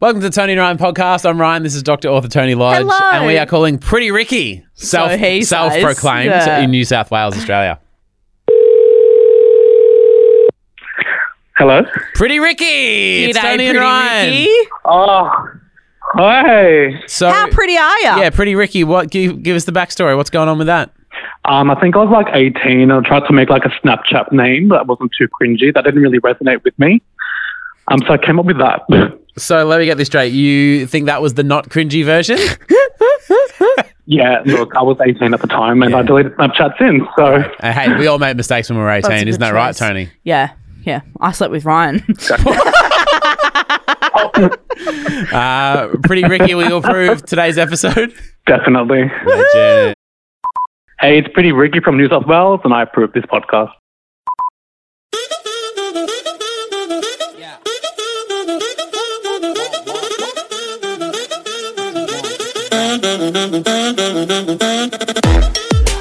Welcome to the Tony and Ryan podcast. I'm Ryan. This is Dr. Author Tony Lodge. Hello. And we are calling Pretty Ricky, self, he says, self-proclaimed yeah. in New South Wales, Australia. Hello. Pretty Ricky! it's G'day, Tony and pretty Ryan. Ricky. Oh, hi. So, How pretty are you? yeah, Pretty Ricky, What? Give, give us the backstory. What's going on with that? Um, I think I was like 18. I tried to make like a Snapchat name that wasn't too cringy. That didn't really resonate with me. Um, so I came up with that. So let me get this straight. You think that was the not cringy version? yeah, look, I was 18 at the time and Yeah. I deleted Snapchat since. So Uh, hey, we all make mistakes when we're 18, a isn't good that right, choice. Tony? Yeah. Yeah. I slept with Ryan. Uh, pretty Ricky, we approve today's episode. definitely. Legit. Hey, it's pretty Ricky from New South Wales and I approve this podcast.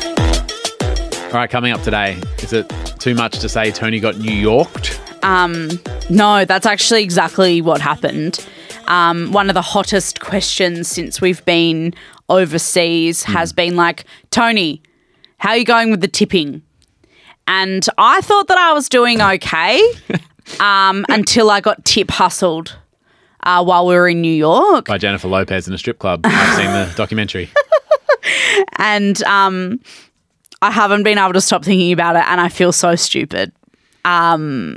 All right, coming up today, is it too much to say Tony got New Yorked? um, no, that's actually exactly what happened. Um, one of the hottest questions since we've been Hmm. overseas has been like, Tony, how are you going with the tipping? And I thought that I was doing okay um, until I got tip hustled uh, while we were in New York. by Jennifer Lopez in a strip club. I've seen the documentary. and um, I haven't been able to stop thinking about it, and I feel so stupid. Yeah.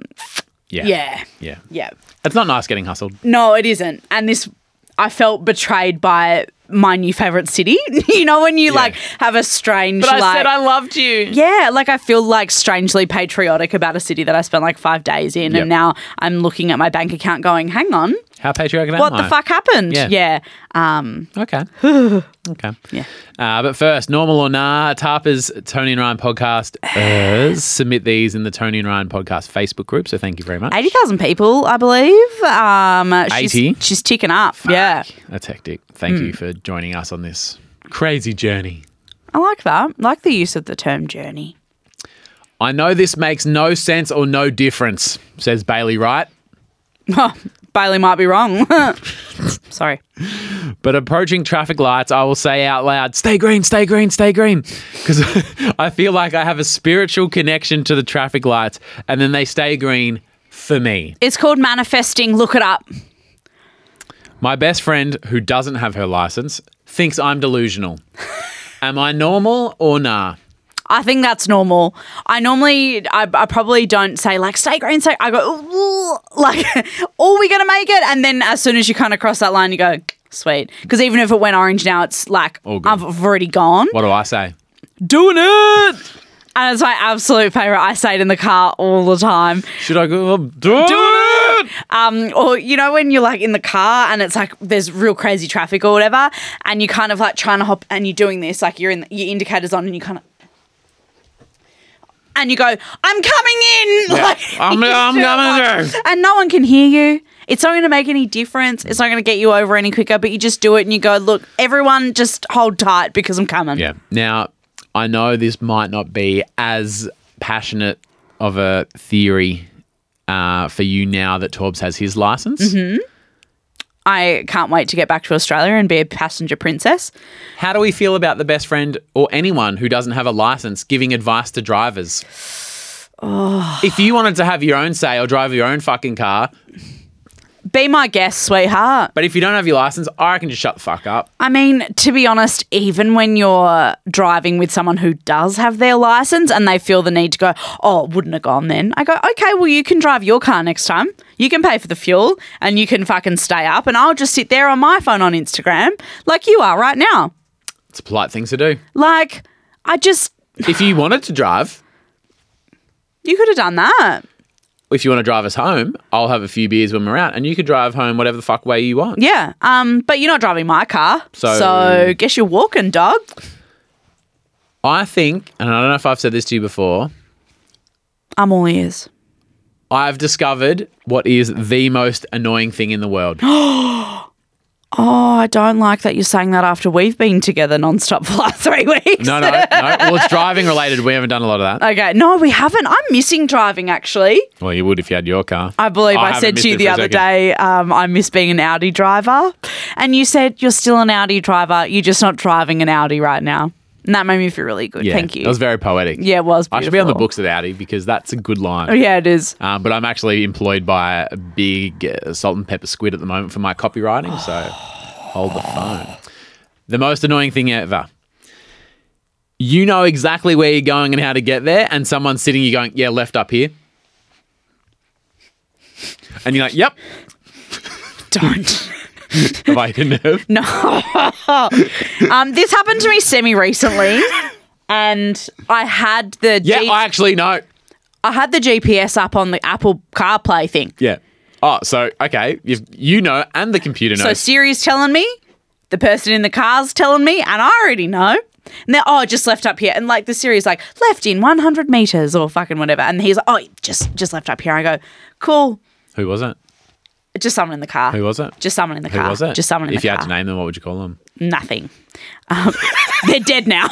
Yeah, Yeah. yeah. It's not nice getting hustled. No, it isn't. And this, I felt betrayed by my new favorite city. you know, when you like have a strange, like, loved you. yeah, like I feel like strangely patriotic about a city that I spent like five days in, Yep. and now I'm looking at my bank account, going, "Hang on, How patriotic am what I? the fuck happened?" Yeah. yeah. Okay. okay. Yeah. Uh, but first, normal or nah, TARPers, Tony and Ryan podcast, uh, submit these in the Tony and Ryan podcast Facebook group. So thank you very much. 80,000 people, I believe. Um, she's, 80? She's ticking up. Yeah. That's hectic. Thank Hmm. you for joining us on this crazy journey. I like that. like the use of the term journey. I know this makes no sense or no difference, says Bailey Wright. Oh, Bailey might be wrong. Sorry. But approaching traffic lights, I will say out loud, stay green, stay green, stay green. Because I feel like I have a spiritual connection to the traffic lights and then they stay green for me. It's called manifesting. Look it up. My best friend, who doesn't have her license, thinks I'm delusional. Am I normal or nah? I think that's normal. I normally, I, I probably don't say like stay green, stay. I go "Ooh," like, oh, we gonna make it, and then as soon as you kind of cross that line, you go sweet. Because even if it went orange now, it's like All good. I've I've already gone. What do I say? Doing it. And it's my absolute favorite. I say it in the car all the time. Should I go? I'm doing, it! Um, or you know when you're like in the car and it's like there's real crazy traffic or whatever, and you kind of like trying to hop and you're doing this like you're in the, your indicators on and you kind of and you go I'm coming in like I'm- you I'm do it coming like- and no one can hear you. It's not going to make any difference. It's not going to get you over any quicker. But you just do it and you go look everyone just hold tight because I'm coming. Yeah. Now, I know this might not be as passionate of a theory uh, for you now that Torbs has his license. I can't wait to get back to Australia and be a passenger princess. How do we feel about the best friend or anyone who doesn't have a license giving advice to drivers? If you wanted to have your own say or drive your own fucking car, Be my guest, sweetheart. but if you don't have your license, I reckon just shut the fuck up. I mean, to be honest, even when you're driving with someone who does have their license and they feel the need to go, oh, wouldn't have gone then. I go, okay, well, you can drive your car next time. You can pay for the fuel and you can fucking stay up and I'll just sit there on my phone on Instagram like you are right now. It's a polite thing to do. Like, I just, If you wanted to drive, you could have done that. if you want to drive us home, I'll have a few beers when we're out and you could drive home whatever the fuck way you want. Yeah. Um, but you're not driving my car. So- so guess you're walking, dog. I think, and I don't know if I've said this to you before, I'm all ears. I've discovered what is the most annoying thing in the world. Oh, I don't like that you're saying that after we've been together nonstop for like three weeks. No, no, no. Well, it's driving related. We haven't done a lot of that. Okay. No, we haven't. I'm missing driving actually. Well, you would if you had your car. I believe I, Oh, haven't said missed to you it the for a other second. day, um, I miss being an Audi driver. And you said you're still an Audi driver. You're just not driving an Audi right now. And that made me feel really good. Yeah, Thank you. That was very poetic. yeah, it was. I should be on the beautiful. books at Audi because that's a good line. Yeah, it is. Um, but I'm actually employed by a big uh, salt and pepper squid at the moment for my copywriting. So hold the phone. The most annoying thing ever. You know exactly where you're going and how to get there, and someone's sitting you going, Yeah, left up here. And you're like, Yep. Don't. Have I hit a nerve? um, this happened to me semi recently. And I had the Yeah, G- I actually know. I had the GPS up on the Apple CarPlay thing. Yeah. Oh, so okay, you you know, and the computer So knows. Siri's telling me, the person in the car's telling me, and I already know. And they're, oh, just left up here. And like the Siri's like, left in 100 meters or fucking whatever. And he's like, oh, just just left up here. I go, cool. Who was it? Just someone in the car. Who was it? Just someone in the Who car. was it? Just someone in If the you car. had to name them, what would you call them? Nothing. Um, they're dead now.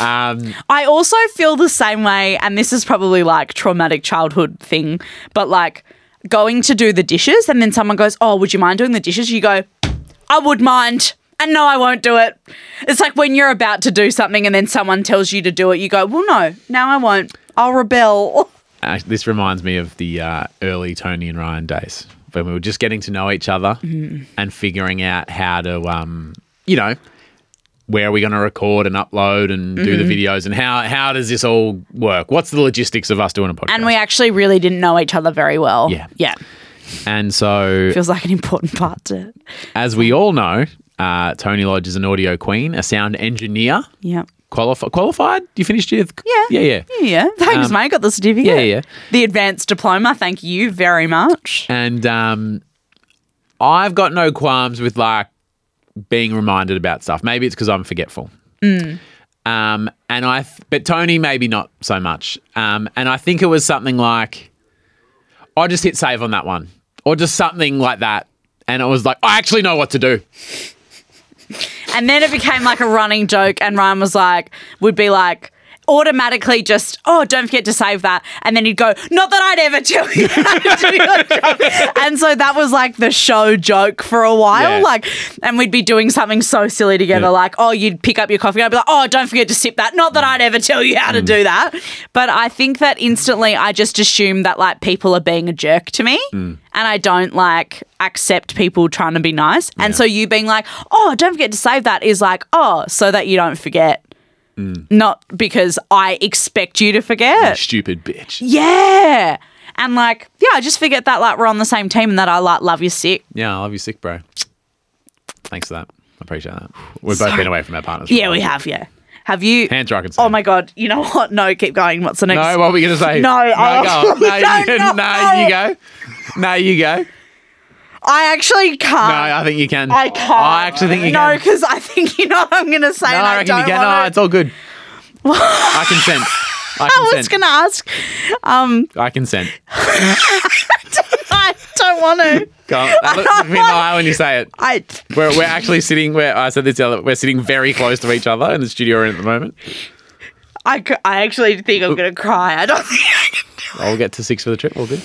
Um, I also feel the same way, and this is probably like traumatic childhood thing, but like going to do the dishes and then someone goes, Oh, would you mind doing the dishes? You go, I would mind. And no, I won't do it. It's like when you're about to do something and then someone tells you to do it, you go, Well, no, no, I won't. I'll rebel. Uh, this reminds me of the uh, early Tony and Ryan days when we were just getting to know each other Mm-hmm. and figuring out how to, um, you know, where are we going to record and upload and Mm-hmm. do the videos and how how does this all work? What's the logistics of us doing a podcast? And we actually really didn't know each other very well. Yeah. Yeah. and so Feels like an important part to. as we all know, uh, Tony Lodge is an audio queen, a sound engineer, Yeah. qualifi- qualified. You finished your Yeah. yeah, yeah. Yeah. Thanks, mate. Got the certificate. Um, yeah, yeah. The advanced diploma. Thank you very much. And um, I've got no qualms with like being reminded about stuff. Maybe it's because I'm forgetful. Mm. Um, and I, th- but Tony maybe not so much. Um, and I think it was something like, I just hit save on that one, or just something like that. And it was like, I actually know what to do. And then it became like a running joke, and Ryan was like, would be like, automatically just, oh, don't forget to save that. And then he'd go, not that I'd ever tell you. how to do your job." and so that was like the show joke for a while. Yeah. Like, and we'd be doing something so silly together, Yeah. like, oh, you'd pick up your coffee, and I'd be like, oh, don't forget to sip that. Not that I'd ever tell you how to do that. But I think that instantly I just assume that like people are being a jerk to me. And I don't like accept people trying to be nice. And so you being like, oh, don't forget to save that is like, oh, so that you don't forget. Not because I expect you to forget. Stupid bitch. Yeah. And like, yeah, I just forget that like we're on the same team and that I like love you sick. Yeah, I love you, sick bro. Thanks for that. I appreciate that. We've both been away from our partners. for a Yeah, while. we have, yeah. Have you Hands are I can see. Oh my god, you know what? No, keep going. What's the next No, what were we going to say? No, no, I go on. no, don't you, know. no, you go. No, you go. I actually can't. No, I think you can. Um, I can't. I actually think you No, can. because I think you know what I'm going to say. No, and I I, reckon don't you can. want No, it. it's all good. I consent. I I was consent. going to ask. Um, I consent. I don't want to. Go on. Now Look, look me in the eye when you say it. I We're, we're actually sitting. Where I said this the other. We're sitting very close to each other in the studio room at the moment. I, cou- I actually think I'm going to cry. I don't think I can. I'll get to six for the trip. All good.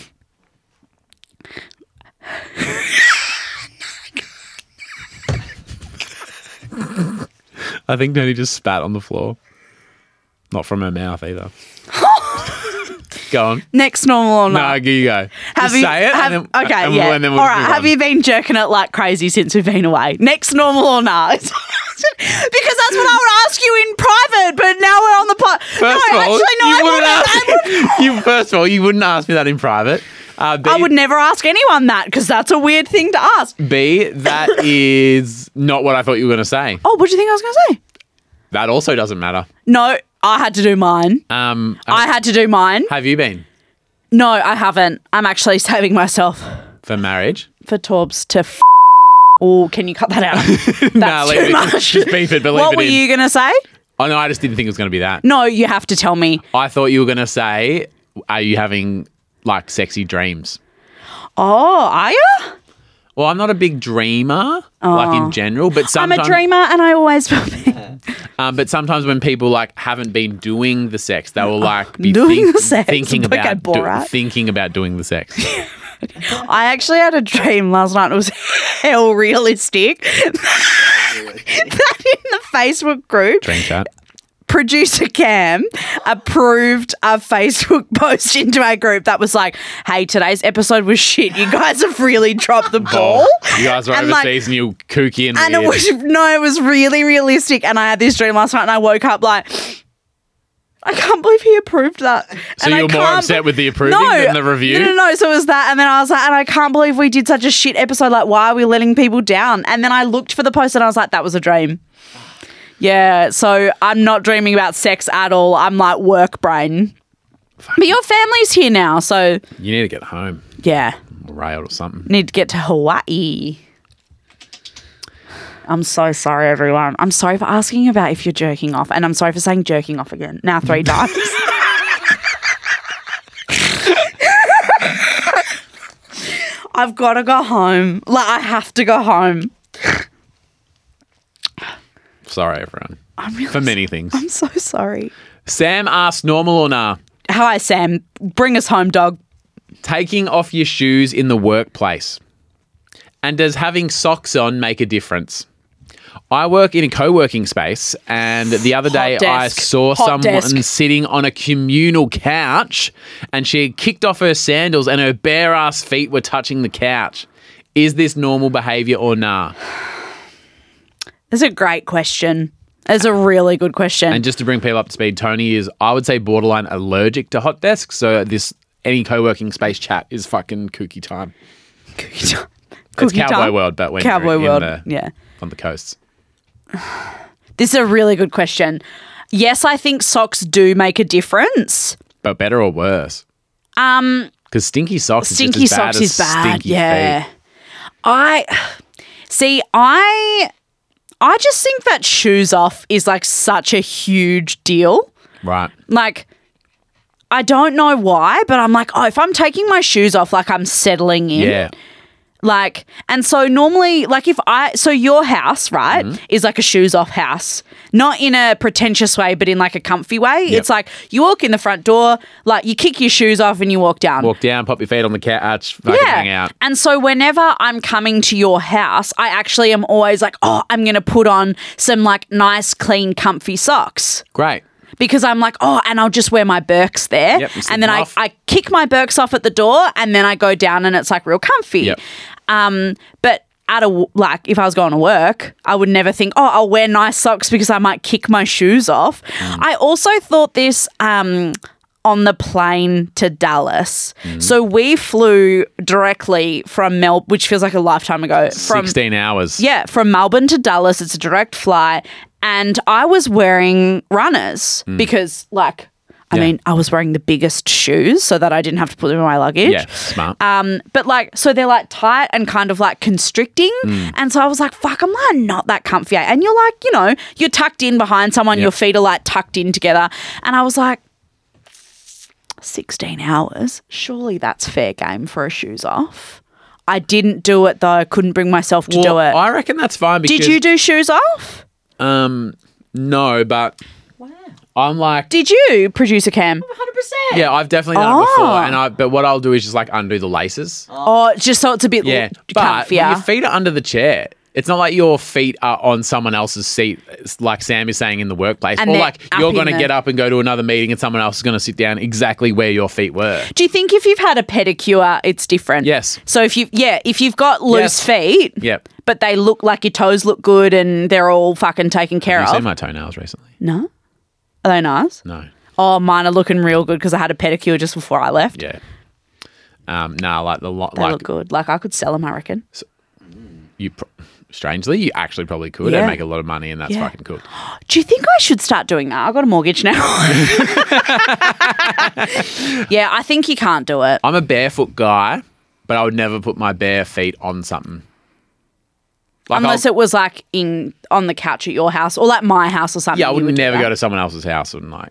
I think Tony just spat on the floor. Not from her mouth either. go on. Next normal or No, not? you go. have just you, say it. have- and then, okay, and yeah. We'll, and then we'll All just right. move Have on. you been jerking it like crazy since we've been away? Next normal or not? because that's what I would ask you in private, but now we're on the pod. First no, of all, actually, no, you I wouldn't wouldn't. I wouldn't. ask. you first of all, you wouldn't ask me that in private. Uh, B, I would never ask anyone that because that's a weird thing to ask. B, that is not what I thought you were going to say. Oh, what do you think I was going to say? That also doesn't matter. No, I had to do mine. Um, I had to do mine. have you been No, I haven't. I'm actually saving myself for marriage? for Torbs to. F- oh, can you cut that out? That's leave too it. much. Just beef it, but leave what it were in. you going to say? Oh no, I just didn't think it was going to be that. No, you have to tell me. I thought you were going to say, "Are you having like sexy dreams?" Oh, are you? Well, I'm not a big dreamer, like in general, but Oh. I'm sometimes, a dreamer and I always will be. Um, but sometimes when people like haven't been doing the sex, they will like be Oh, Doing think- the sex. thinking Okay, about do- Borat. thinking about doing the sex. I actually had a dream last night. It was hell realistic. that in the Facebook group, Dream chat. producer Cam approved a Facebook post into our group that was like, "Hey, today's episode was shit. You guys have really dropped the ball." You guys are And, like- overseas and you're kooky and, And it weird. was no, it was really realistic. And I had this dream last night, and I woke up like, I can't believe he approved that. so And I you're more can't upset be- with the approving than the review. No, no, no. So it was that, and then I was like, and I can't believe we did such a shit episode. Like, why are we letting people down? And then I looked for the post, and I was like, that was a dream. Yeah. So I'm not dreaming about sex at all. I'm like work brain. But your family's here now, so You need to get home, yeah, railed or something. need to get to Hawaii. I'm so sorry, everyone. I'm sorry for asking about if you're jerking off, and I'm sorry for saying jerking off again now three times. I've got to go home. Like I have to go home. Sorry, everyone, I'm really for many things. I'm so sorry. Sam asked, "Normal or nah? Hi, Sam. Bring us home, dog. Taking off your shoes in the workplace, and does having socks on make a difference?" I work in a co-working space, and the other day Hot I desk. saw Hot someone desk. sitting on a communal couch, and she had kicked off her sandals, and her bare ass feet were touching the couch. Is this normal behaviour or nah? That's a great question. That's a really good question. And just to bring people up to speed, Tony is, I would say, borderline allergic to hot desks. So this any co-working space chat is fucking kooky time. Cookie time. it's Cookie cowboy time. world, but when Cowboy you're in world. the- yeah. on the coasts. This is a really good question. Yes, I think socks do make a difference. But better or worse? Um, Because stinky socks stinky is just as bad socks as is bad. stinky Yeah. feet. I see. I I just think that shoes off is like such a huge deal. Right. Like, I don't know why, but I'm like, oh, if I'm taking my shoes off, like I'm settling in. Yeah. Like, and so normally, like, if I, so your house, right, Mm-hmm. is like a shoes off house, not in a pretentious way, but in like a comfy way. It's like you walk in the front door, like, you kick your shoes off and you walk down. Walk down, pop your feet on the couch, fucking hang out. And so whenever I'm coming to your house, I actually am always like, oh, I'm going to put on some like nice, clean, comfy socks Great. because I'm like, oh, and I'll just wear my Birks there. Yep, just and then them I, off. I kick my Birks off at the door and then I go down and it's like real comfy. Yep. Um, but at a, w- like, if I was going to work, I would never think, oh, I'll wear nice socks because I might kick my shoes off. Mm. I also thought this um, on the plane to Dallas. Mm. So we flew directly from Mel, which feels like a lifetime ago, from 16 hours. yeah, from Melbourne to Dallas, it's a direct flight. And I was wearing runners because, like, I Mm. Yeah. mean, I was wearing the biggest shoes so that I didn't have to put them in my luggage. Yeah. Smart. Um, but like, so they're like tight and kind of like constricting. Mm. And so I was like, fuck, I'm like not that comfy. And you're like, you know, you're tucked in behind someone, your feet are like tucked in together. And I was like, 16 hours, surely that's fair game for a shoes off. I didn't do it though. I couldn't bring myself to do Well, it. I reckon that's fine because Did you do shoes off? um no, but I'm like Did you, producer Cam? yeah, I've definitely done it Oh. before, and I but what I'll do is just like undo the laces. Oh, just so it's a bit Yeah, yeah, but when your comfier. feet are under the chair. It's not like your feet are on someone else's seat, it's like Sam is saying in the workplace, And or they're like up you're in going to the- get up and go to another meeting and someone else is going to sit down exactly where your feet were. Do you think if you've had a pedicure, it's different? Yes. So if you, yeah, if you've got Yes. loose feet, Yep. but they look like your toes look good and they're all fucking taken care Have you of. seen my toenails recently? no, are they nice? No. Oh, mine are looking real good because I had a pedicure just before I left. Yeah. Um, nah, like the lot, They like look good. Like I could sell them, I reckon. you, pro- strangely, you actually probably could Yeah. and make a lot of money, and that's Yeah. fucking cool. Do you think I should start doing that? I got a mortgage now. yeah, I think you can't do it. I'm a barefoot guy, but I would never put my bare feet on something. Like Unless I'll- it was like in on the couch at your house or like my house or something. yeah, I you would do never that. go to someone else's house and like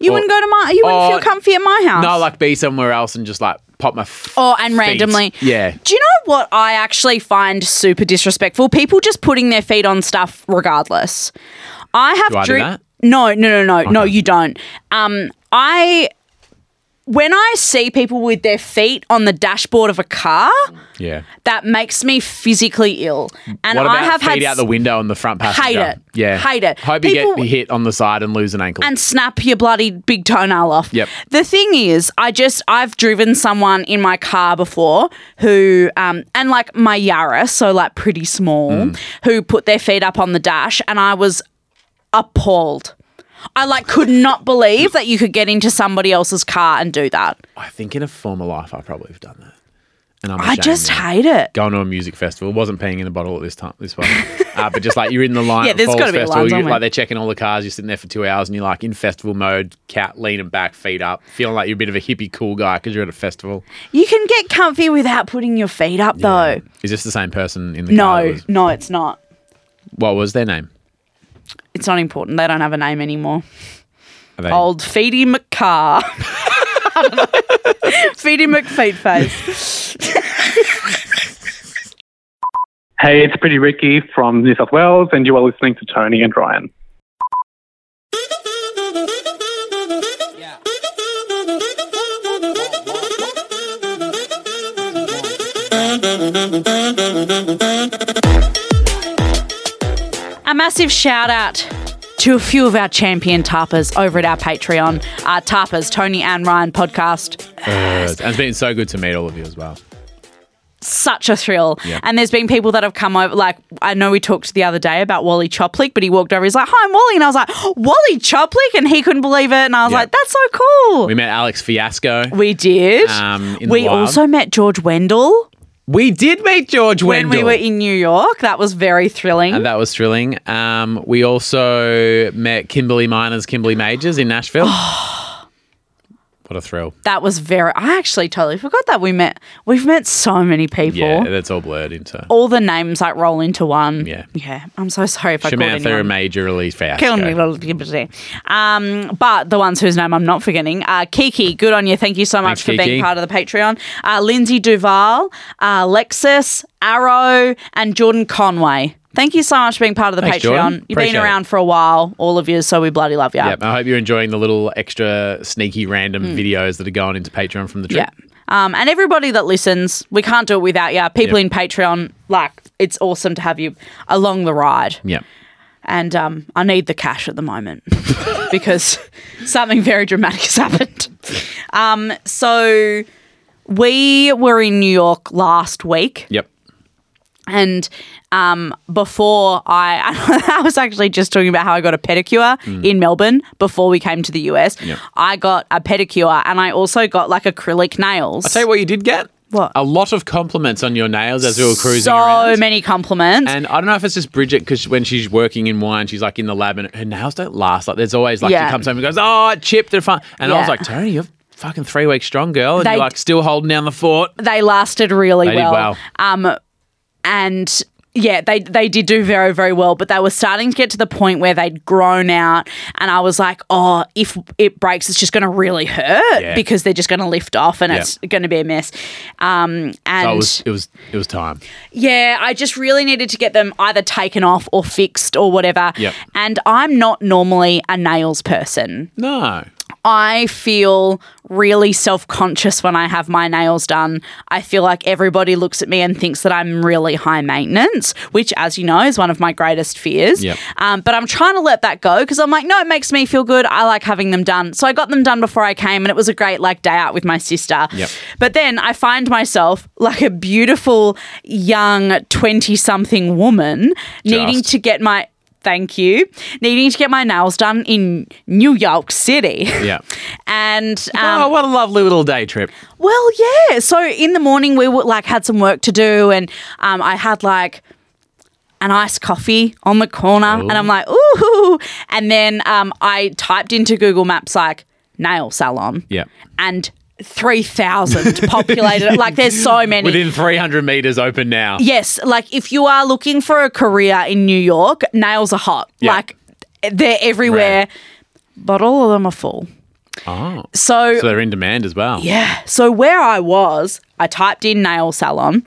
You wouldn't go to my. You wouldn't or- Oh, feel comfy at my house. No, like be somewhere else and just like pop my. F- Oh, and randomly. Yeah. Do you know what I actually find super disrespectful? People just putting their feet on stuff regardless. I have Do I do dri- that? No, no, no, no, no. You don't. Um, I when I see people with their feet on the dashboard of a car, Yeah. that makes me physically ill. And what about I have feet had out the window on the front passenger? Hate it. Yeah. Hate it. Hope you People- get hit on the side and lose an ankle. and snap your bloody big toenail off. Yep. The thing is, I just I've driven someone in my car before who um and like my Yaris, so like pretty small, Mm. who put their feet up on the dash, and I was appalled. I like could not believe that you could get into somebody else's car and do that. I think in a former life I probably have done that. And I'm I ashamed just now. hate it. going to a music festival. Wasn't peeing in a bottle at this time, this one. uh, but just like you're in the line. Yeah, at there's Falls gotta be festival, lines you- somewhere. Like they're checking all the cars. You're sitting there for two hours, and you're like in festival mode, cat leaning back, feet up, feeling like you're a bit of a hippie cool guy because you're at a festival. You can get comfy without putting your feet up though. Is this the same person in the car? that No, was- no, it's not. What was their name? It's not important. They don't have a name anymore. Are they- Old Feedy McCar. Feedy McFeetface. Hey, it's Pretty Ricky from New South Wales, and you are listening to Tony and Ryan. A massive shout out to a few of our champion tarpers over at our Patreon. Our tarpers, Tony and Ryan podcast. Birds. And it's been so good to meet all of you as well. Such a thrill. Yeah. And there's been people that have come over. Like, I know we talked the other day about Wally Choplik, but he walked over. He's like, Hi, I'm Wally. And I was like, Wally Choplik? And he couldn't believe it. And I was Yeah. like, That's so cool. We We, met Alex Fiasco. did. Um, in the we wild. also met George Wendell. We did meet George when Wendell. we were in New York. That was very thrilling. and that was thrilling. Um, we also met Kimberly Miners, Kimberly Majors in Nashville. what a thrill. that was very. I actually totally forgot that we met. We've met so many people. Yeah, that's all blurred into. All the names like roll into one. Yeah. Yeah. I'm so sorry if I called Samantha anyone. Major release fast. Kill me, little gibbity. Um, but the ones whose name I'm not forgetting, uh, Kiki. Good on you. Thank you so Thanks, much for Kiki. being part of the Patreon. Uh, Lindsay Duval, uh, Lexus, Arrow, and Jordan Conway. Thank you so much for being part of the Thanks, Patreon. Jordan. You've Appreciate been it. around for a while, all of you, so we bloody love you. Yep, I hope you're enjoying the little extra sneaky random videos that are going into Patreon from the trip. Hmm. Yeah. Um, and everybody that listens, we can't do it without you. People Yep. in Patreon, like, it's awesome to have you along the ride. Yep. And um, I need the cash at the moment because something very dramatic has happened. Um, so we were in New York last week. Yep. And um, before I, I was actually just talking about how I got a pedicure in Melbourne before we came to the US. Yep. I got a pedicure and I also got like acrylic nails. Tell you what you did get. What? A lot of compliments on your nails as we were cruising so around. many compliments. And I don't know if it's just Bridget because when she's working in wine, she's like in the lab and her nails don't last. Like there's always like Yeah. she comes home and goes, oh, it chipped and fun. And I was Yeah. like, Tony, you're fucking three weeks strong, girl, and They- you're like still holding down the fort. they lasted really They did well. well. Um, and yeah, they they did do very very well, but they were starting to get to the point where they'd grown out, and I was like, oh, if it breaks, it's just going to really hurt Yeah. because they're just going to lift off, and Yeah. it's going to be a mess. Um, and So it was it was it was time. yeah, I just really needed to get them either taken off or fixed or whatever. Yep. And I'm not normally a nails person. No. I feel really self conscious when I have my nails done. I feel like everybody looks at me and thinks that I'm really high maintenance, which, as you know, is one of my greatest fears. Yep. Um, but I'm trying to let that go because I'm like, no, it makes me feel good. I like having them done. So I got them done before I came and it was a great like day out with my sister. Yep. But then I find myself like a beautiful young 20 something woman needing Just. to get my. Thank you. Needing to get my nails done in New York City. Yeah. And oh, um, what a lovely little day trip. well, yeah. So in the morning we were like had some work to do, and um, I had like an iced coffee on the corner, and Oh. I'm like, ooh. And then um, I typed into Google Maps like nail salon. Yeah. And three thousand populated. like there's so many. Within 300 meters open now. Yes, like if you are looking for a career in New York, nails are hot. Yeah. Like they're everywhere. Right. But all of them are full. Oh. So, So they're in demand as well. yeah. So where I was, I typed in nail salon.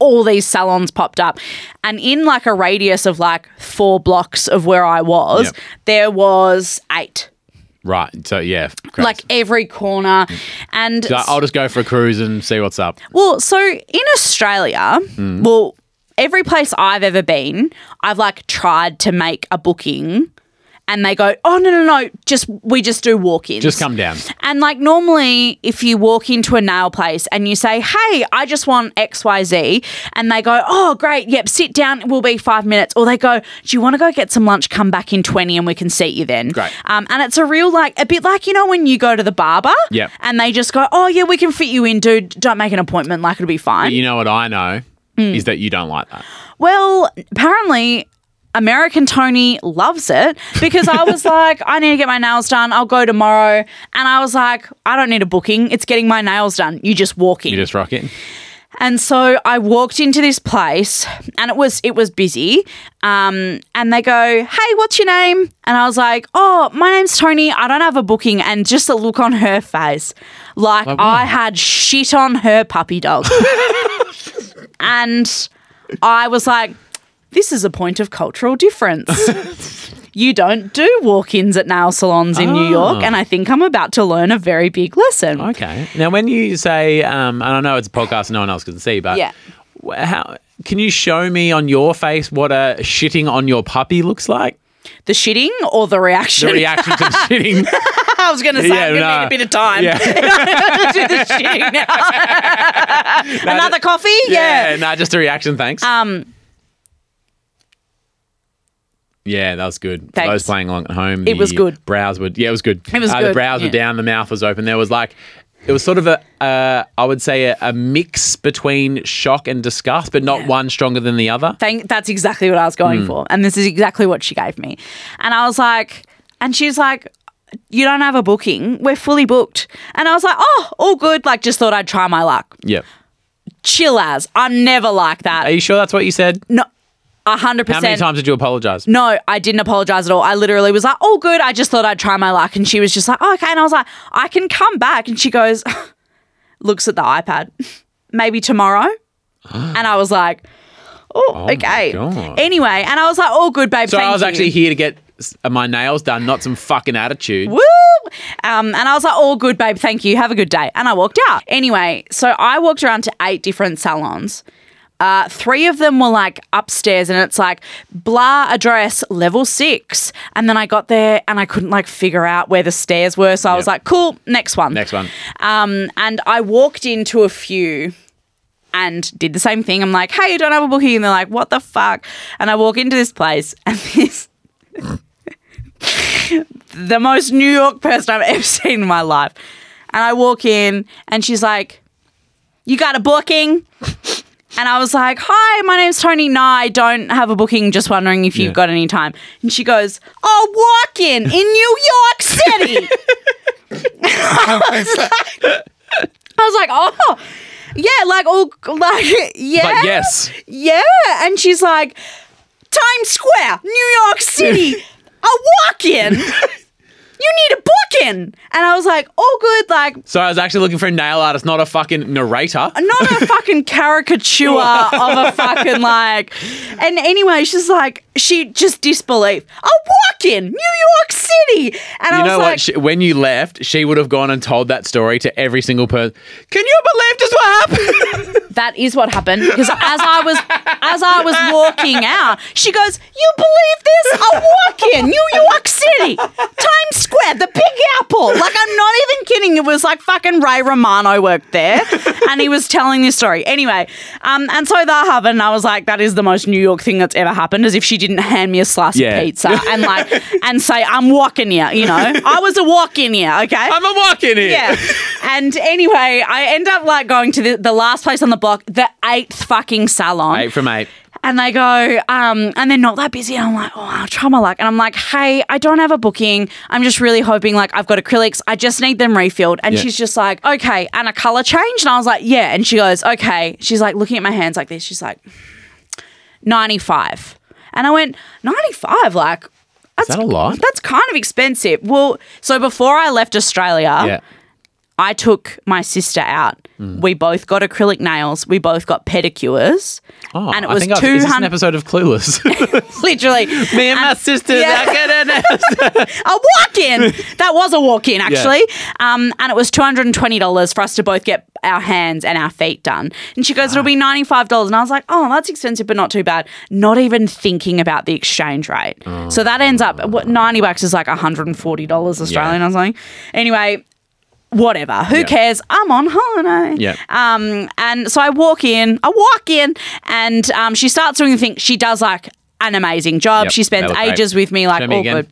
All these salons popped up. And in like a radius of like four blocks of where I was, Yep. there was eight. Right. So yeah. Great. Like every corner. And So I'll just go for a cruise and see what's up. Well, so in Australia, Mm. well, every place I've ever been, I've like tried to make a booking and they go, "Oh no, no, no, just we just do walk-ins." Just come down. And like normally if you walk into a nail place and you say, "Hey, I just want XYZ." And they go, "Oh, great. Yep, sit down. It will be 5 minutes." Or they go, "Do you want to go get some lunch? Come back in 20 and we can seat you then." Great. Um, and it's a real like a bit like you know when you go to the barber Yep. and they just go, "Oh, yeah, we can fit you in, dude. Don't make an appointment. Like it'll be fine." You know what I know Hmm. is that you don't like that. Well, apparently American Tony loves it because I was like, I need to get my nails done. I'll go tomorrow. And I was like, I don't need a booking. It's getting my nails done. You just walk in. You just rock it. And so I walked into this place and it was it was busy. Um, and they go, Hey, what's your name? And I was like, Oh, my name's Tony. I don't have a booking. And just the look on her face, like I had shit on her puppy dog. and I was like, This is a point of cultural difference. You don't do walk ins at nail salons in New York, and I think I'm about to learn a very big lesson. Okay. Now, when you say, um, and I know it's a podcast, no one else can see, but Yeah. wh- how can you show me on your face what a shitting on your puppy looks like? The shitting or the reaction? The reaction to shitting. I was going to say, Yeah, I'm going to no. need a bit of time. Yeah. Do the shitting now. Another coffee? Yeah. no, just a reaction. Thanks. Um, yeah, that was good. For Thanks. those playing along at home, It was the good. Brows were yeah, it was good. It was uh, The good, brows yeah. were down. The mouth was open. There was like. It was sort of a, uh, I would say, a, a mix between shock and disgust, but not one stronger than the other. thank, that's exactly what I was Mm. going for. And this is exactly what she gave me. And I was like, and she's like, you don't have a booking. We're fully booked. And I was like, oh, all good. Like, just thought I'd try my luck. Yeah. Chill as. I'm never like Are that. you sure that's what you said? No, 100%. How many times did you apologize? No, I didn't apologize at all. I literally was like, "Oh, good. I just thought I'd try my luck." And she was just like, oh, "Okay." And I was like, "I can come back." And she goes, looks at the iPad, maybe tomorrow. and I was like, "Oh, okay." God. Anyway, and I was like, "Oh, good, babe." So thank I was you." actually here to get s- uh, my nails done, not some fucking attitude. Woo! Um, and I was like, "All good, babe. Thank you. Have a good day." And I walked out. Anyway, so I walked around to eight different salons. Uh, three of them were like upstairs, and it's like blah address level six. And then I got there, and I couldn't like figure out where the stairs were, so I was Yep. like, "Cool, next one." Next one. Um, and I walked into a few and did the same thing. I'm like, hey, you don't have a booking. And they're like, what the fuck? And I walk into this place and this. the most New York person I've ever seen in my life. And I walk in and she's like, you got a booking? And I was like, hi, my name's Tony. No, I don't have a booking. Just wondering if you've Yeah. got any time. And she goes, oh, walk in in New York City. I was like, oh, yeah, like all, like, yeah, But yes, yeah. And she's like, Times Square, New York City, a walk in. You need a booking. And I was like, all good, like, so I was actually looking for a nail artist, not a fucking narrator. not a fucking caricature of a fucking like. And anyway, she's like, she just disbelief. A walk in, New York City. And I You was know like, what? She, when you left, she would have gone and told that story to every single person. Can you believe this? What happened? that is what happened because as I was as I was walking out, she goes, "You believe this? I walk in New York City, Times Square, the Big Apple." Like I'm not even kidding. It was like fucking Ray Romano worked there, and he was telling this story. Anyway, um, and so that happened. And I was like, "That is the most New York thing that's ever happened." As if she didn't hand me a slice Yeah. of pizza and like and say, "I'm walking here," you know. I was a walk in here, okay. I'm a walk in here. Yeah. And anyway, I end up like going to the, the last place on the block, the eighth fucking salon. Eight from eight. And they go, um, and they're not that busy. And I'm like, oh, I'll try my luck. And I'm like, hey, I don't have a booking. I'm just really hoping, like, I've got acrylics. I just need them refilled. And Yeah. she's just like, okay. And a color change. And I was like, yeah. And she goes, okay. She's like, looking at my hands like this. She's like, 95. And I went, 95? Like, That's, that a lot? That's kind of expensive. Well, so before I left Australia, Yeah. I took my sister out. Mm. We both got acrylic nails. We both got pedicures. Oh, and it I was think I've- is two this an hundred. episode of Clueless? Literally, Me and my And- sisters yeah. are gonna a walk in. that was a walk in, actually. Um, and it was two hundred and twenty dollars for us to both get our hands and our feet done. And she goes, "It'll be ninety five dollars." And I was like, "Oh, that's expensive, but not too bad." Not even thinking about the exchange rate. So that Oh. ends up what ninety bucks is like one hundred and forty dollars Australian Yeah. or something. Anyway. Whatever. Who cares? I'm on holiday. Yeah. Um, and so I walk in, I walk in, and um, she starts doing the thing. She does like an amazing job. Yep, she spends that was great. ages with me, like Show me all again. good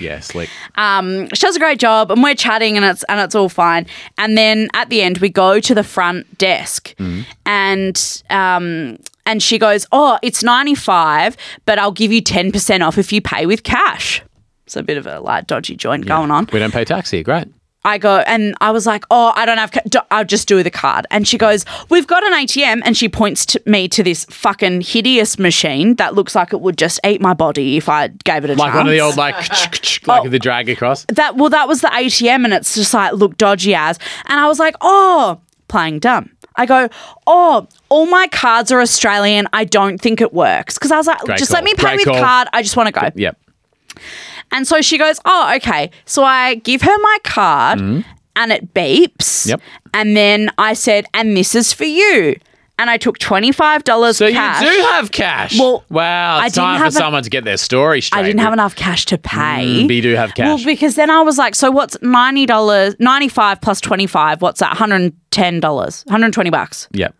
Yeah, slick. she does a great job and we're chatting and it's and it's all fine and then at the end we go to the front desk Mm-hmm. and um and she goes oh it's 95 but i'll give you 10% off if you pay with cash it's a bit of a like dodgy joint going on We don't pay tax here. Great. I go and I was like, "Oh, I don't have. Ca- do- I'll just do the card." And she goes, "We've got an ATM," and she points to me to this fucking hideous machine that looks like it would just eat my body if I gave it a Like chance. one of the old like like Oh. the drag across. that well that was the ATM and it's just like looked dodgy as and I was like oh playing dumb I go oh all my cards are Australian I don't think it works because I was like Great just let call. me pay Great with call. card I just want to go Yep. and so she goes oh okay so I give her my card and it beeps Mm-hmm. Yep. and then I said and this is for you and I took twenty five dollars So cash you do have cash. Well, wow, I it's didn't time for have a- someone to get their story straight. I didn't have enough cash to pay Mm, but you do have cash. Well, because then I was like, so what's ninety dollars, ninety five plus twenty five? What's that? One hundred and ten dollars, one hundred twenty bucks. Yep.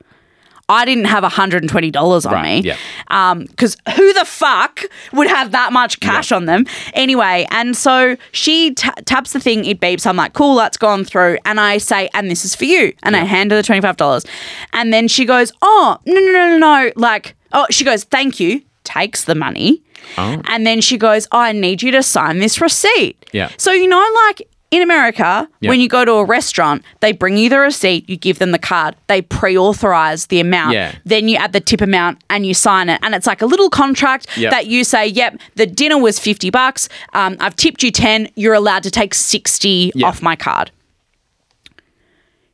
I didn't have one hundred and twenty dollars on Right, me, yeah. because who the fuck would have that much cash on them anyway? And so she ta taps the thing, it beeps. I'm like, cool, that's gone through. And I say, and this is for you. And I hand her the twenty five dollars, and then she goes, oh no no no no no, like oh she goes, thank you, takes the money, Oh, and then she goes, I need you to sign this receipt. Mm-hmm. Yeah. So you know, like in America, Yeah. when you go to a restaurant, they bring you the receipt, you give them the card, they pre-authorize the amount, Yeah. then you add the tip amount and you sign it, and it's like a little contract Yep. that you say, "Yep, the dinner was fifty bucks. Um, I've tipped you ten. You're allowed to take sixty Yeah. off my card."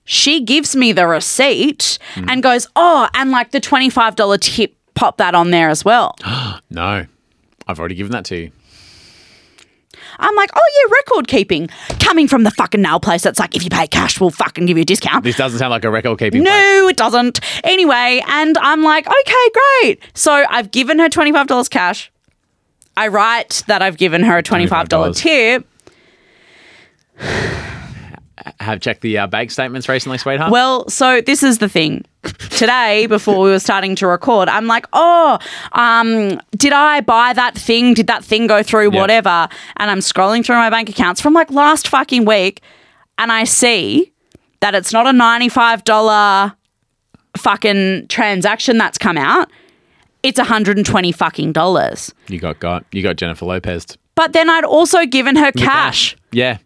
She gives me the receipt Mm-hmm. and goes, "Oh, and like the twenty-five dollar tip." Pop that on there as well. No, I've already given that to you. I'm like, oh yeah, record keeping. Coming from the fucking nail place that's like, if you pay cash, we'll fucking give you a discount. This doesn't sound like a record keeping. place. No, it doesn't. Anyway, and I'm like, okay, great. So I've given her $25 cash. I write that I've given her a $25, $25. tip. Have checked the uh, bank statements recently, sweetheart. Well, so this is the thing. Today, before we were starting to record, I'm like, oh, um, did I buy that thing? Did that thing go through? Yeah. Whatever. And I'm scrolling through my bank accounts from like last fucking week and I see that it's not a $95 fucking transaction that's come out. It's 120 fucking dollars. you got got you got Jennifer Lopez. But then I'd also given her cash. Yeah.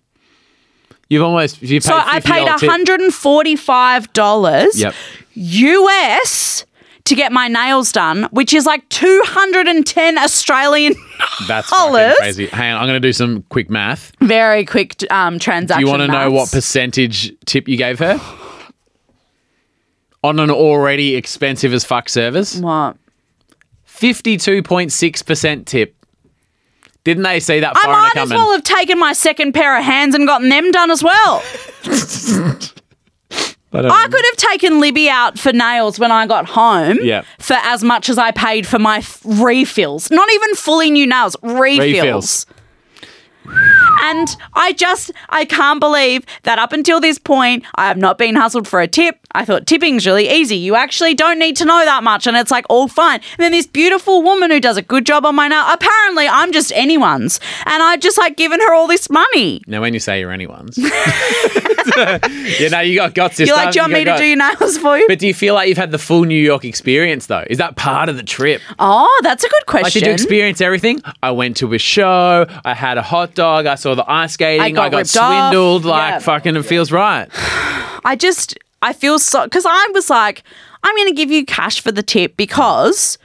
You've almost you paid. So I paid $50 tip. $145 Yep. US to get my nails done, which is like 210 Australian. That's fucking dollars. crazy. Hang on, I'm going to do some quick math. Very quick um, transaction. Do you want to know what maths. percentage tip you gave her on an already expensive as fuck service? What? 52.6% tip. Didn't they see that I foreigner might as coming? well have taken my second pair of hands and gotten them done as well. But, um, I could have taken Libby out for nails when I got home Yeah. for as much as I paid for my f- refills. Not even fully new nails, Refills. refills. And I just, I can't believe that up until this point, I have not been hustled for a tip. I thought tipping's really easy. You actually don't need to know that much. And it's like all fine. And then this beautiful woman who does a good job on my nail, apparently I'm just anyone's. And I've just like given her all this money. Now, when you say you're anyone's, you know, you got guts. You're like, do you want me to do your nails for you? But do you feel like you've had the full New York experience, though? Is that part of the trip? oh, that's a good question. Like, did you experience everything? I went to a show. I had a hot dog. I saw the ice skating. I got got, ripped off. swindled. Like, Yeah. fucking, it feels right. I just I feel so because I was like, I'm going to give you cash for the tip because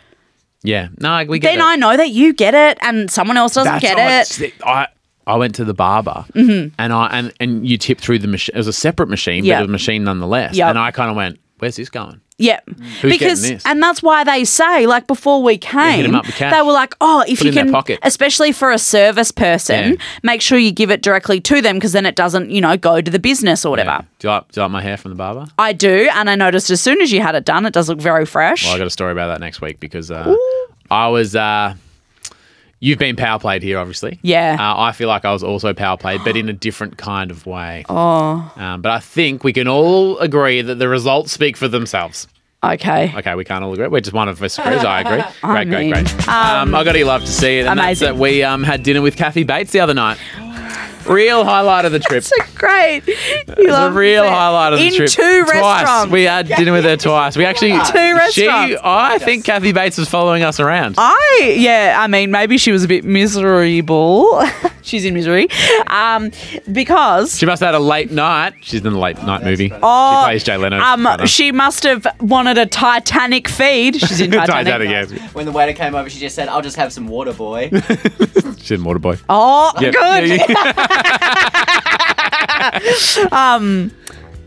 Yeah. No, we get Then it. I know that you get it and someone else doesn't That's get how I- it. Mm-hmm. see, I I went to the barber and I and, and you tipped through the machine. It was a separate machine, Yeah. but a machine nonetheless. Yeah. And I kind of went, "Where's this going?" Yeah. Who's because getting this? and that's why they say like before we hit 'em came up with cash. they were like, "Oh, if Put it you in their can pocket. especially for a service person, Yeah. make sure you give it directly to them because then it doesn't, you know, go to the business or whatever." Yeah. Do you like do you like my hair from the barber? I do, and I noticed as soon as you had it done, it does look very fresh. Well, I got a story about that next week because uh, I was. Uh, you've been power played here, obviously. Yeah. Uh, I feel like I was also power played, but in a different kind of way. Oh. Um, but I think we can all agree that the results speak for themselves. Oh, okay. Okay, we can't all agree. We're just one of us agrees. I agree. Great, mean, great, great. Um, I got to love to see it. And amazing. That's that we um, had dinner with Kathy Bates the other night. Real highlight of the trip. So great. You It's love a real it. highlight of the In trip. two Twice. restaurants. We had dinner with her twice. We actually Two She, restaurants. Oh. I think Kathy Bates was following us around. I yeah, I mean maybe she was a bit miserable. She's in misery. Um because She must have had a late night. She's in the late night movie. Oh, she plays Jay Leno. I um know. she must have wanted a Titanic feed. She's in Titanic. Titanic, yes. When the waiter came over, she just said, I'll just have some water, boy. She's in Waterboy. Oh Yeah. good. Yeah, yeah. Um,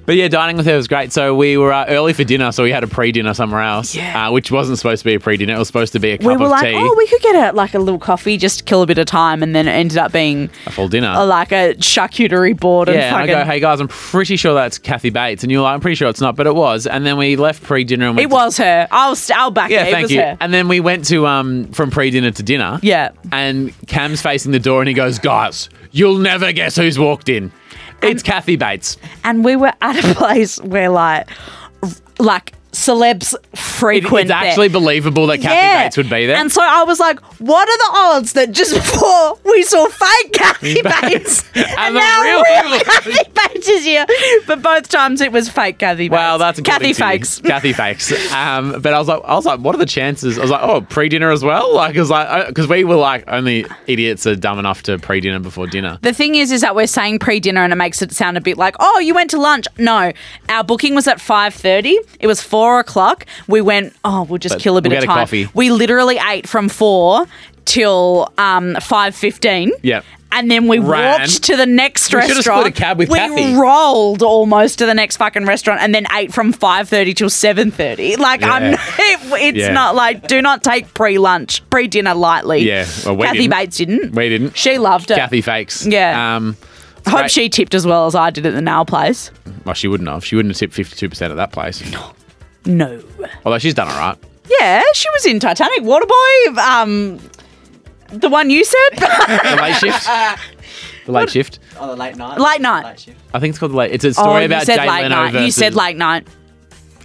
But yeah, dining with her was great. So we were uh, early for dinner, so we had a pre-dinner somewhere else, Yeah. uh, which wasn't supposed to be a pre-dinner. It was supposed to be a cup We were of like, tea, oh, we could get a like a little coffee just to kill a bit of time, and then it ended up being a full dinner. a, like a charcuterie board and Uh-huh. yeah, and Oh, fucking. I go, hey guys, I'm pretty sure that's Kathy Bates, and you're like, I'm pretty sure it's not, but it was. And then we left pre-dinner and went it to- was her. I'll st- I'll back yeah, it. It thank was you. her. And then we went to um from pre-dinner to dinner. Yeah. And Cam's facing the door and he goes, Guys, you'll never guess who's walked in. It's Kathy Bates. and we were at a place where like r- like celebs It- frequent it's actually there. believable that Kathy Yeah. Bates would be there. And so I was like, what are the odds that just before we saw fake Kathy Bates and, the now real real, people. Kathy Bates is here? But both times it was fake Kathy Bates. Well, that's Kathy according to you. fakes. Kathy fakes. Um, but I was like, I was like, what are the chances? I was like, oh, pre-dinner as well. Like, it was like, because we were like, only idiots are dumb enough to pre-dinner before dinner. The thing is, is that we're saying pre-dinner and it makes it sound a bit like, oh, you went to lunch. No, our booking was at five thirty. It was four o'clock. We went, oh, we'll just But kill a bit we'll of get a time. coffee. We literally ate from four till um, five fifteen. Yep. And then we Ran. walked to the next We should've restaurant. split a cab with we Kathy. rolled almost to the next fucking restaurant, and then ate from five thirty till seven thirty. Like I'm, Yeah. it's Yeah. not like do not take pre-lunch, pre-dinner lightly. Yeah, well, we Kathy didn't. Bates didn't. We didn't. She loved it. Kathy fakes. Yeah. Um, I hope Right. she tipped as well as I did at the nail place. well, she wouldn't have. She wouldn't have tipped fifty-two percent at that place. No. Although she's done all right. Yeah, she was in Titanic, Waterboy, um, the one you said. The late shift. The late shift. On the late night. Late night. shift. I think it's called the late. It's a story about Oh, you said Jay late Leno night. versus. You said late night.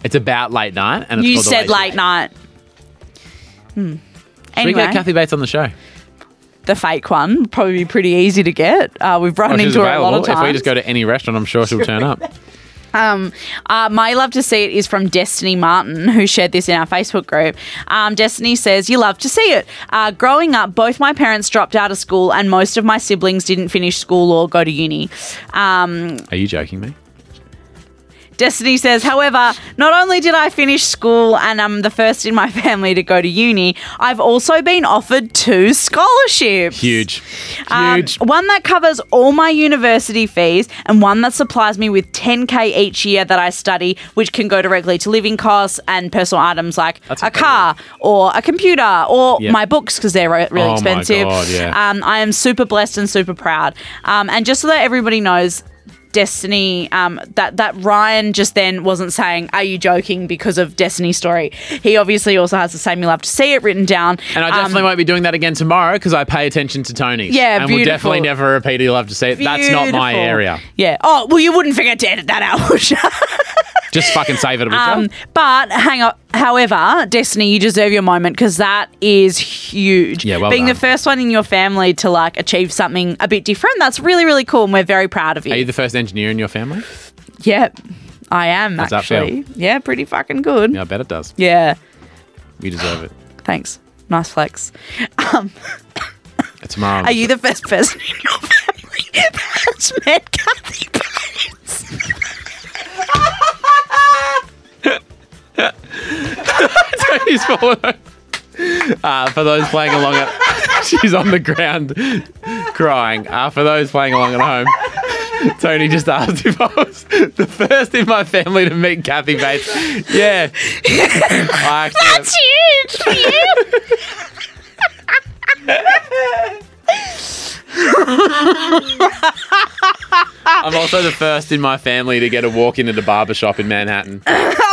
It's about late night, and it's You called the late. said late Shift. night. Hmm. Should We Anyway, get Kathy Bates on the show. the fake one would probably be pretty easy to get. Uh, we've run Oh, she's into her a lot of available. times. If we just go to any restaurant, I'm sure she'll turn up. Um, uh, my love to see it is from Destiny Martin, who shared this in our Facebook group. Um, Destiny says, You love to see it. Uh, growing up, both my parents dropped out of school, and most of my siblings didn't finish school or go to uni. Um, Are you joking me? Destiny says, However, not only did I finish school and I'm the first in my family to go to uni, I've also been offered two scholarships. Huge, Um, huge. one that covers all my university fees and one that supplies me with 10k each year that I study, which can go directly to living costs and personal items like That's a incredible. car or a computer or Yeah. my books because they're re- really Oh my expensive. God, yeah. um, I am super blessed and super proud. Um, and just so that everybody knows, Destiny, um, that that Ryan just then wasn't saying, "Are you joking?" because of Destiny's story. He obviously also has the same. You'll have to see it written down. Um, and I definitely won't be doing that again tomorrow because I pay attention to Tony. Yeah, and we'll beautiful. definitely never repeat. it. You'll have to say it. That's not my Beautiful. area. Yeah. Oh, well, you wouldn't forget to edit that out. would you? Just fucking save it. um, but hang on. However, Destiny, you deserve your moment because that is huge. Yeah, well Being done. the first one in your family to like achieve something a bit different, that's really, really cool. And we're very proud of you. Are you the first engineer in your family? yeah, I am How's that feel? actually. Yeah, pretty fucking good. Yeah, I bet it does. Yeah. You deserve it. Thanks. Nice flex. Tomorrow. Are you the first person in your family that's met Kathy Bates? Tony's fallen over. Uh, for those playing along, at, she's on the ground crying. Uh, for those playing along at home, Tony just asked if I was the first in my family to meet Kathy Bates. Yeah, I actually, That's huge for you. I'm also the first in my family to get a walk into the barber shop in Manhattan. A walk-in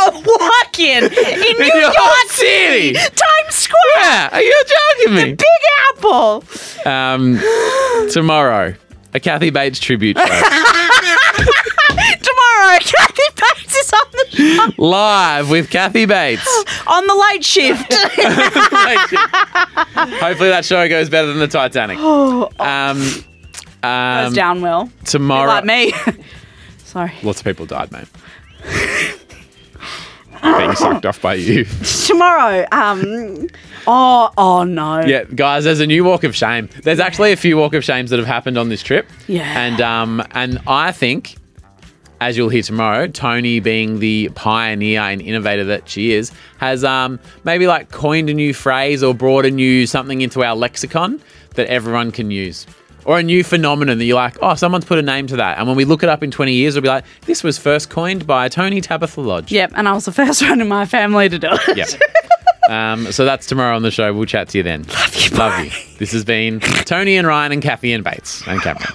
Oh, in New In your York city. Times Square. Yeah, are you joking me? Big Apple. Um, tomorrow, a Kathy Bates tribute show Tomorrow, Kathy Bates is on the live with Kathy Bates. on the late shift. Hopefully that show goes better than the Titanic. Oh. Um, um, Goes down well. tomorrow. Like me. Sorry. Lots of people died, mate. Being sucked off by you. Tomorrow. Um. Oh. Oh no. Yeah, guys, there's a new walk of shame. There's actually a few walk of shames that have happened on this trip. Yeah. And um and I think as you'll hear tomorrow, Tony being the pioneer and innovator that she is, has um maybe like coined a new phrase or brought a new something into our lexicon that everyone can use. Or a new phenomenon that you're like, oh, someone's put a name to that. And when we look it up in 20 years, we'll be like, this was first coined by Tony Tabitha Lodge. Yep. And I was the first one in my family to do it. Yep. um, so that's tomorrow on the show. We'll chat to you then. Love you. Love you. This has been Tony and Ryan and Kathy and Bates and Cameron.